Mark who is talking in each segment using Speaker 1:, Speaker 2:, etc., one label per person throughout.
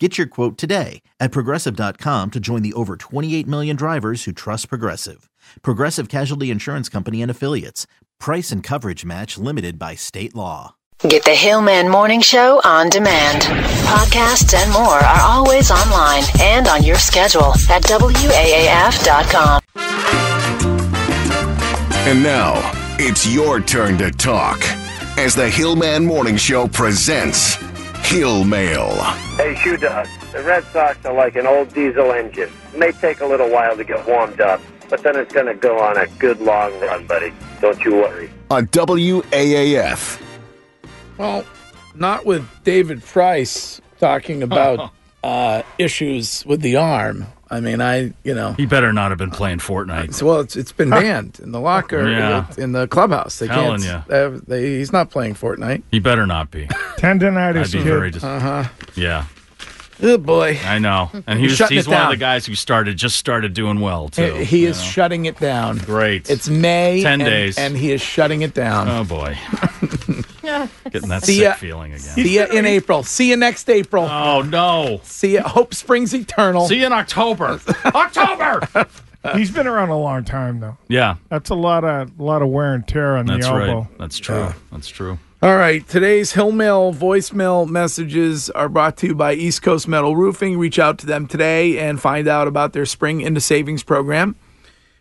Speaker 1: Get your quote today at progressive.com to join the over 28 million drivers who trust Progressive. Progressive Casualty Insurance Company and Affiliates. Price and coverage match limited by state law.
Speaker 2: Get the Hillman Morning Show on demand. Podcasts and more are always online and on your schedule at WAAF.com.
Speaker 3: And now, it's your turn to talk as the Hillman Morning Show presents Hill Mail.
Speaker 4: Hey, shoe dog. The Red Sox are like an old diesel engine. May take a little while to get warmed up, but then it's going to go on a good long run, buddy. Don't you worry.
Speaker 3: On WAAF,
Speaker 5: Well, not with David Price talking about
Speaker 6: Oh.
Speaker 5: uh, issues with the arm. I mean, I you know,
Speaker 6: He better not have been playing Fortnite.
Speaker 5: it's, well, it's it's been banned in the locker uh,
Speaker 6: Yeah.
Speaker 5: in, the, in the clubhouse. They
Speaker 6: Telling
Speaker 5: can't. Uh, they, he's not playing Fortnite.
Speaker 6: He better not be. I'd
Speaker 7: Tendonitis.
Speaker 6: be
Speaker 7: kid.
Speaker 6: very dis-
Speaker 5: Uh-huh.
Speaker 6: Yeah,
Speaker 5: Oh boy,
Speaker 6: I know. And he's
Speaker 5: shutting
Speaker 6: he's
Speaker 5: it
Speaker 6: one of
Speaker 5: down.
Speaker 6: the guys who started just started doing well too.
Speaker 5: he, he is shutting it down.
Speaker 6: great.
Speaker 5: It's May
Speaker 6: 10
Speaker 5: and-
Speaker 6: days.
Speaker 5: and he is shutting it down.
Speaker 6: oh boy, getting that
Speaker 5: See
Speaker 6: sick
Speaker 5: ya.
Speaker 6: feeling again.
Speaker 5: See you in April. See you next April.
Speaker 6: Oh no.
Speaker 5: See you. Hope springs eternal.
Speaker 6: See you in October. October.
Speaker 7: He's been around a long time though.
Speaker 6: Yeah,
Speaker 7: That's a lot of lot of wear and tear on
Speaker 6: that's
Speaker 7: the elbow.
Speaker 6: right. That's true. That's true.
Speaker 5: All right, today's Hill Mail voicemail messages are brought to you by East Coast Metal Roofing. Reach out to them today and find out about their spring into savings program.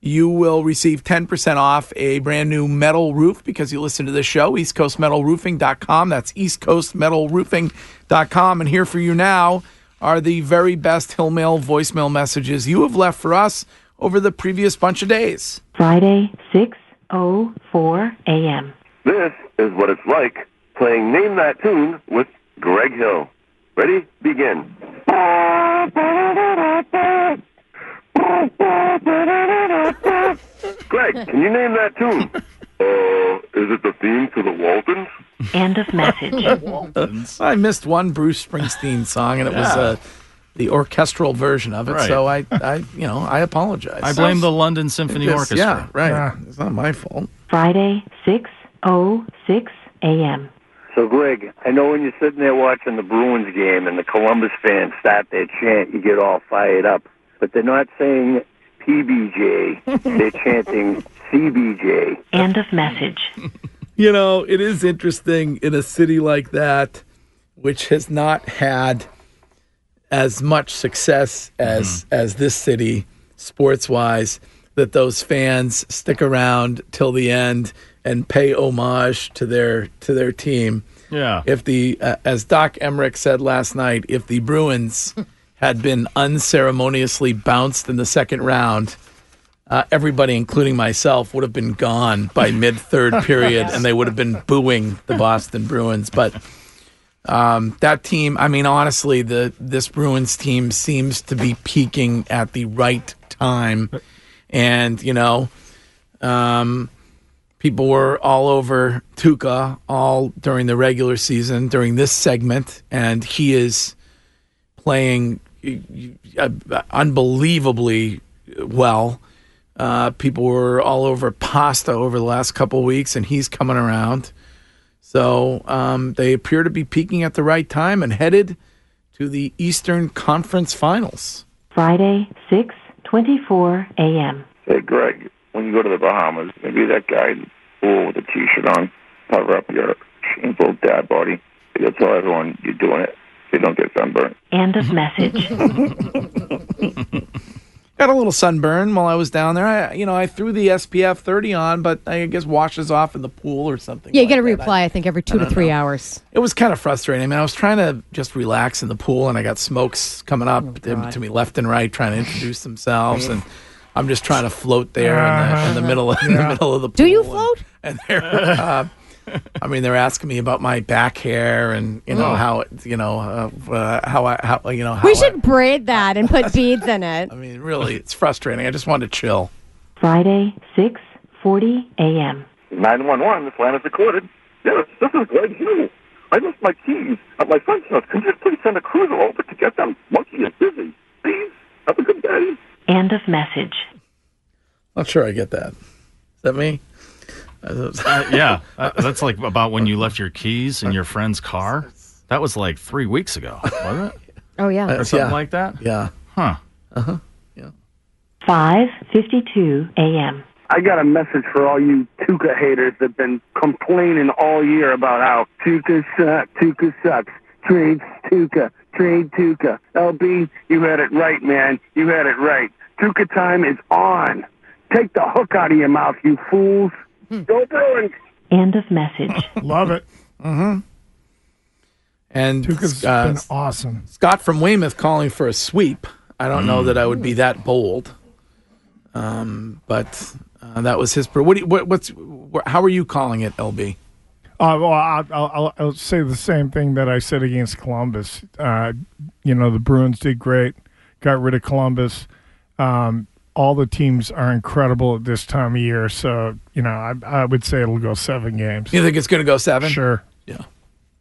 Speaker 5: You will receive 10% off a brand new metal roof because you listen to this show, eastcoastmetalroofing.com. That's eastcoastmetalroofing.com. And here for you now are the very best Hill Mail voicemail messages you have left for us over the previous bunch of days.
Speaker 8: Friday, 6.04 a.m.
Speaker 4: This is what it's like playing Name That Tune with Greg Hill. Ready? Begin. Greg, can you name that tune? Uh, is it the theme to the Waltons?
Speaker 8: End of message.
Speaker 5: I missed one Bruce Springsteen song, and it was uh, the orchestral version of it.
Speaker 6: Right.
Speaker 5: So I, I, you know, I apologize.
Speaker 6: I blame the London Symphony
Speaker 5: Yes,
Speaker 6: Orchestra.
Speaker 5: Yeah, right.
Speaker 7: Yeah.
Speaker 5: It's not my fault.
Speaker 8: Friday, 6.06 a.m.
Speaker 4: So, Greg, I know when you're sitting there watching the Bruins game and the Columbus fans start their chant, you get all fired up. But they're not saying PBJ, they're chanting CBJ.
Speaker 8: End of message.
Speaker 5: You know, it is interesting in a city like that, which has not had as much success as
Speaker 6: Mm-hmm.
Speaker 5: as this city sports wise, that those fans stick around till the end and pay homage to their to their team.
Speaker 6: Yeah.
Speaker 5: if the uh, as Doc Emmerich said last night, if the Bruins had been unceremoniously bounced in the second round, uh, everybody, including myself, would have been gone by mid third period, and they would have been booing the Boston Bruins. But um, that team, I mean, honestly, the this Bruins team seems to be peaking at the right time, and you know. Um, people were all over Tuca all during the regular season during this segment, and he is playing uh, unbelievably well. Uh, people were all over Pasta over the last couple weeks, and he's coming around. So um, they appear to be peaking at the right time and headed to the Eastern Conference Finals.
Speaker 8: Friday, 6.24 a.m.
Speaker 9: Hey, Greg, when you go to the Bahamas, maybe that guy in the pool with a T-shirt on, cover up your shameful dad body. You'll tell everyone you're doing it. You don't get sunburned.
Speaker 8: End of message.
Speaker 5: Got a little sunburn while I was down there. I, you know, I threw the SPF 30 on, but I guess washes off in the pool or something.
Speaker 10: Yeah, you
Speaker 5: like
Speaker 10: got to
Speaker 5: that.
Speaker 10: reapply. I think every two to three hours.
Speaker 5: It was kind of frustrating. I mean, I was trying to just relax in the pool, and I got smokes coming up to,
Speaker 10: Oh, God.
Speaker 5: to me left and right, trying to introduce themselves, and I'm just trying to float there in, the, in the middle of, in the middle of the
Speaker 10: Uh-huh. Do
Speaker 5: pool.
Speaker 10: you
Speaker 5: and-
Speaker 10: float?
Speaker 5: And, they're, uh, I mean, they're asking me about my back hair, and you know how it, you know uh, uh, how I how you know how
Speaker 10: Oh. We
Speaker 5: I-
Speaker 10: should braid that and put beads in it.
Speaker 5: I mean, really, it's frustrating. I just wanted to chill.
Speaker 8: Friday, 6.40 a.m.
Speaker 9: 911, this line is recorded. Yes, this is Greg Hugh. I lost my keys at my friend's house. Could you please send a cruiser over to get them? Monkey is busy. Please, have a good day.
Speaker 8: End of message.
Speaker 5: Not Oh, sure I get that. Is that me?
Speaker 6: yeah, uh, that's like about when you left your keys in your friend's car. That was like three weeks ago, wasn't it?
Speaker 10: Oh, yeah.
Speaker 6: Or something like that?
Speaker 5: Yeah.
Speaker 6: Huh.
Speaker 8: 5:52 a.m.
Speaker 4: I got a message for all you Tuca haters that've been complaining all year about how Tuca sucks, Tuca sucks, trade Tuca, trade Tuca. LB, you had it right, man. You had it right. Tuca time is on. Take the hook out of your mouth, you fools. Go Bruins.
Speaker 8: End of message.
Speaker 7: Love it.
Speaker 5: And
Speaker 7: Tuca's
Speaker 5: uh,
Speaker 7: been awesome.
Speaker 5: Scott from Weymouth calling for a sweep. I don't know that I would be that bold, um, but uh, that was his. Per- what, do you, what? What's? wh- how are you calling it, LB?
Speaker 7: Uh, well, I'll, I'll, I'll- I'll say the same thing that I said against Columbus. Uh, you know, the Bruins did great, got rid of Columbus. Um, all the teams are incredible at this time of year. So, you know, I, I would say it'll go seven games.
Speaker 5: You think it's going to go seven?
Speaker 7: Sure.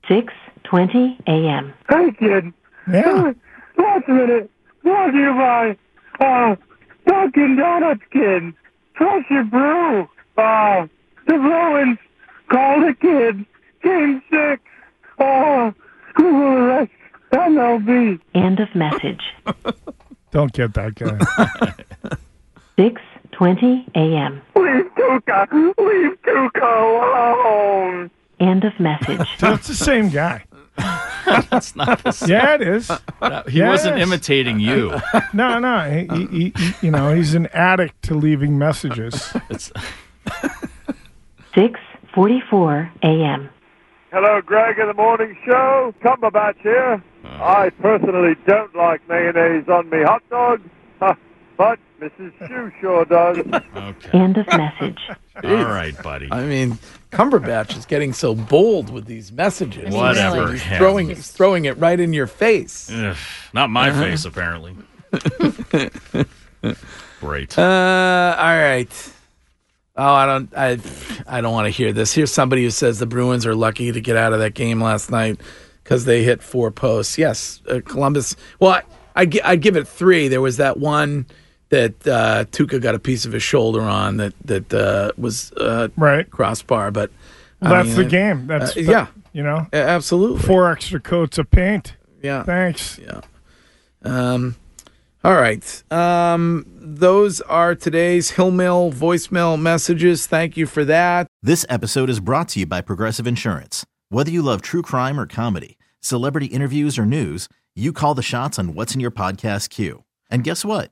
Speaker 8: 6:20 a.m.
Speaker 4: Hey, kid.
Speaker 7: Yeah.
Speaker 4: Last minute. Brought to you by uh, Dunkin' Donuts, kid. Trust your brew. Uh, the Bruins. Call the kid. Game six. Uh, Google the rest. MLB.
Speaker 8: End of message.
Speaker 7: Don't get that guy.
Speaker 8: 6:20 a.m.
Speaker 4: Leave Tuca. Leave Tuca alone.
Speaker 8: End of message.
Speaker 7: That's the same guy.
Speaker 6: That's not the same.
Speaker 7: Yeah, it is.
Speaker 6: Uh, He wasn't
Speaker 7: Yes.
Speaker 6: imitating you.
Speaker 7: No, no. He, he, he, you know, he's an addict to leaving messages.
Speaker 6: It's,
Speaker 8: 6:44 a.m.
Speaker 4: Hello, Greg of the Morning Show. Come about here. I personally don't like mayonnaise on me hot dog, but Mrs. Shoe sure does.
Speaker 6: okay.
Speaker 8: End of message.
Speaker 6: All right, buddy.
Speaker 5: I mean, Cumberbatch is getting so bold with these messages. He's
Speaker 6: Whatever.
Speaker 5: He's
Speaker 6: him.
Speaker 5: throwing, he's throwing it right in your face.
Speaker 6: Ugh, not my face, apparently. Great.
Speaker 5: Uh, all right. Oh, I don't, I, I don't want to hear this. Here's somebody who says the Bruins are lucky to get out of that game last night because they hit four posts. Yes, uh, Columbus. Well, I, I, gi- I'd give it three. There was that one that uh, Tuca got a piece of his shoulder on that that uh, was uh,
Speaker 7: Right.
Speaker 5: crossbar, but I
Speaker 7: That's
Speaker 5: mean,
Speaker 7: the
Speaker 5: it-
Speaker 7: game. That's,
Speaker 5: uh, yeah.
Speaker 7: You know,
Speaker 5: a- Absolutely.
Speaker 7: four extra coats of paint.
Speaker 5: Yeah.
Speaker 7: Thanks.
Speaker 5: Yeah. Um, all right. Um, those are today's Hillmill voicemail messages. Thank you for that.
Speaker 1: This episode is brought to you by Progressive Insurance. Whether you love true crime or comedy, celebrity interviews or news, you call the shots on what's in your podcast queue. And guess what?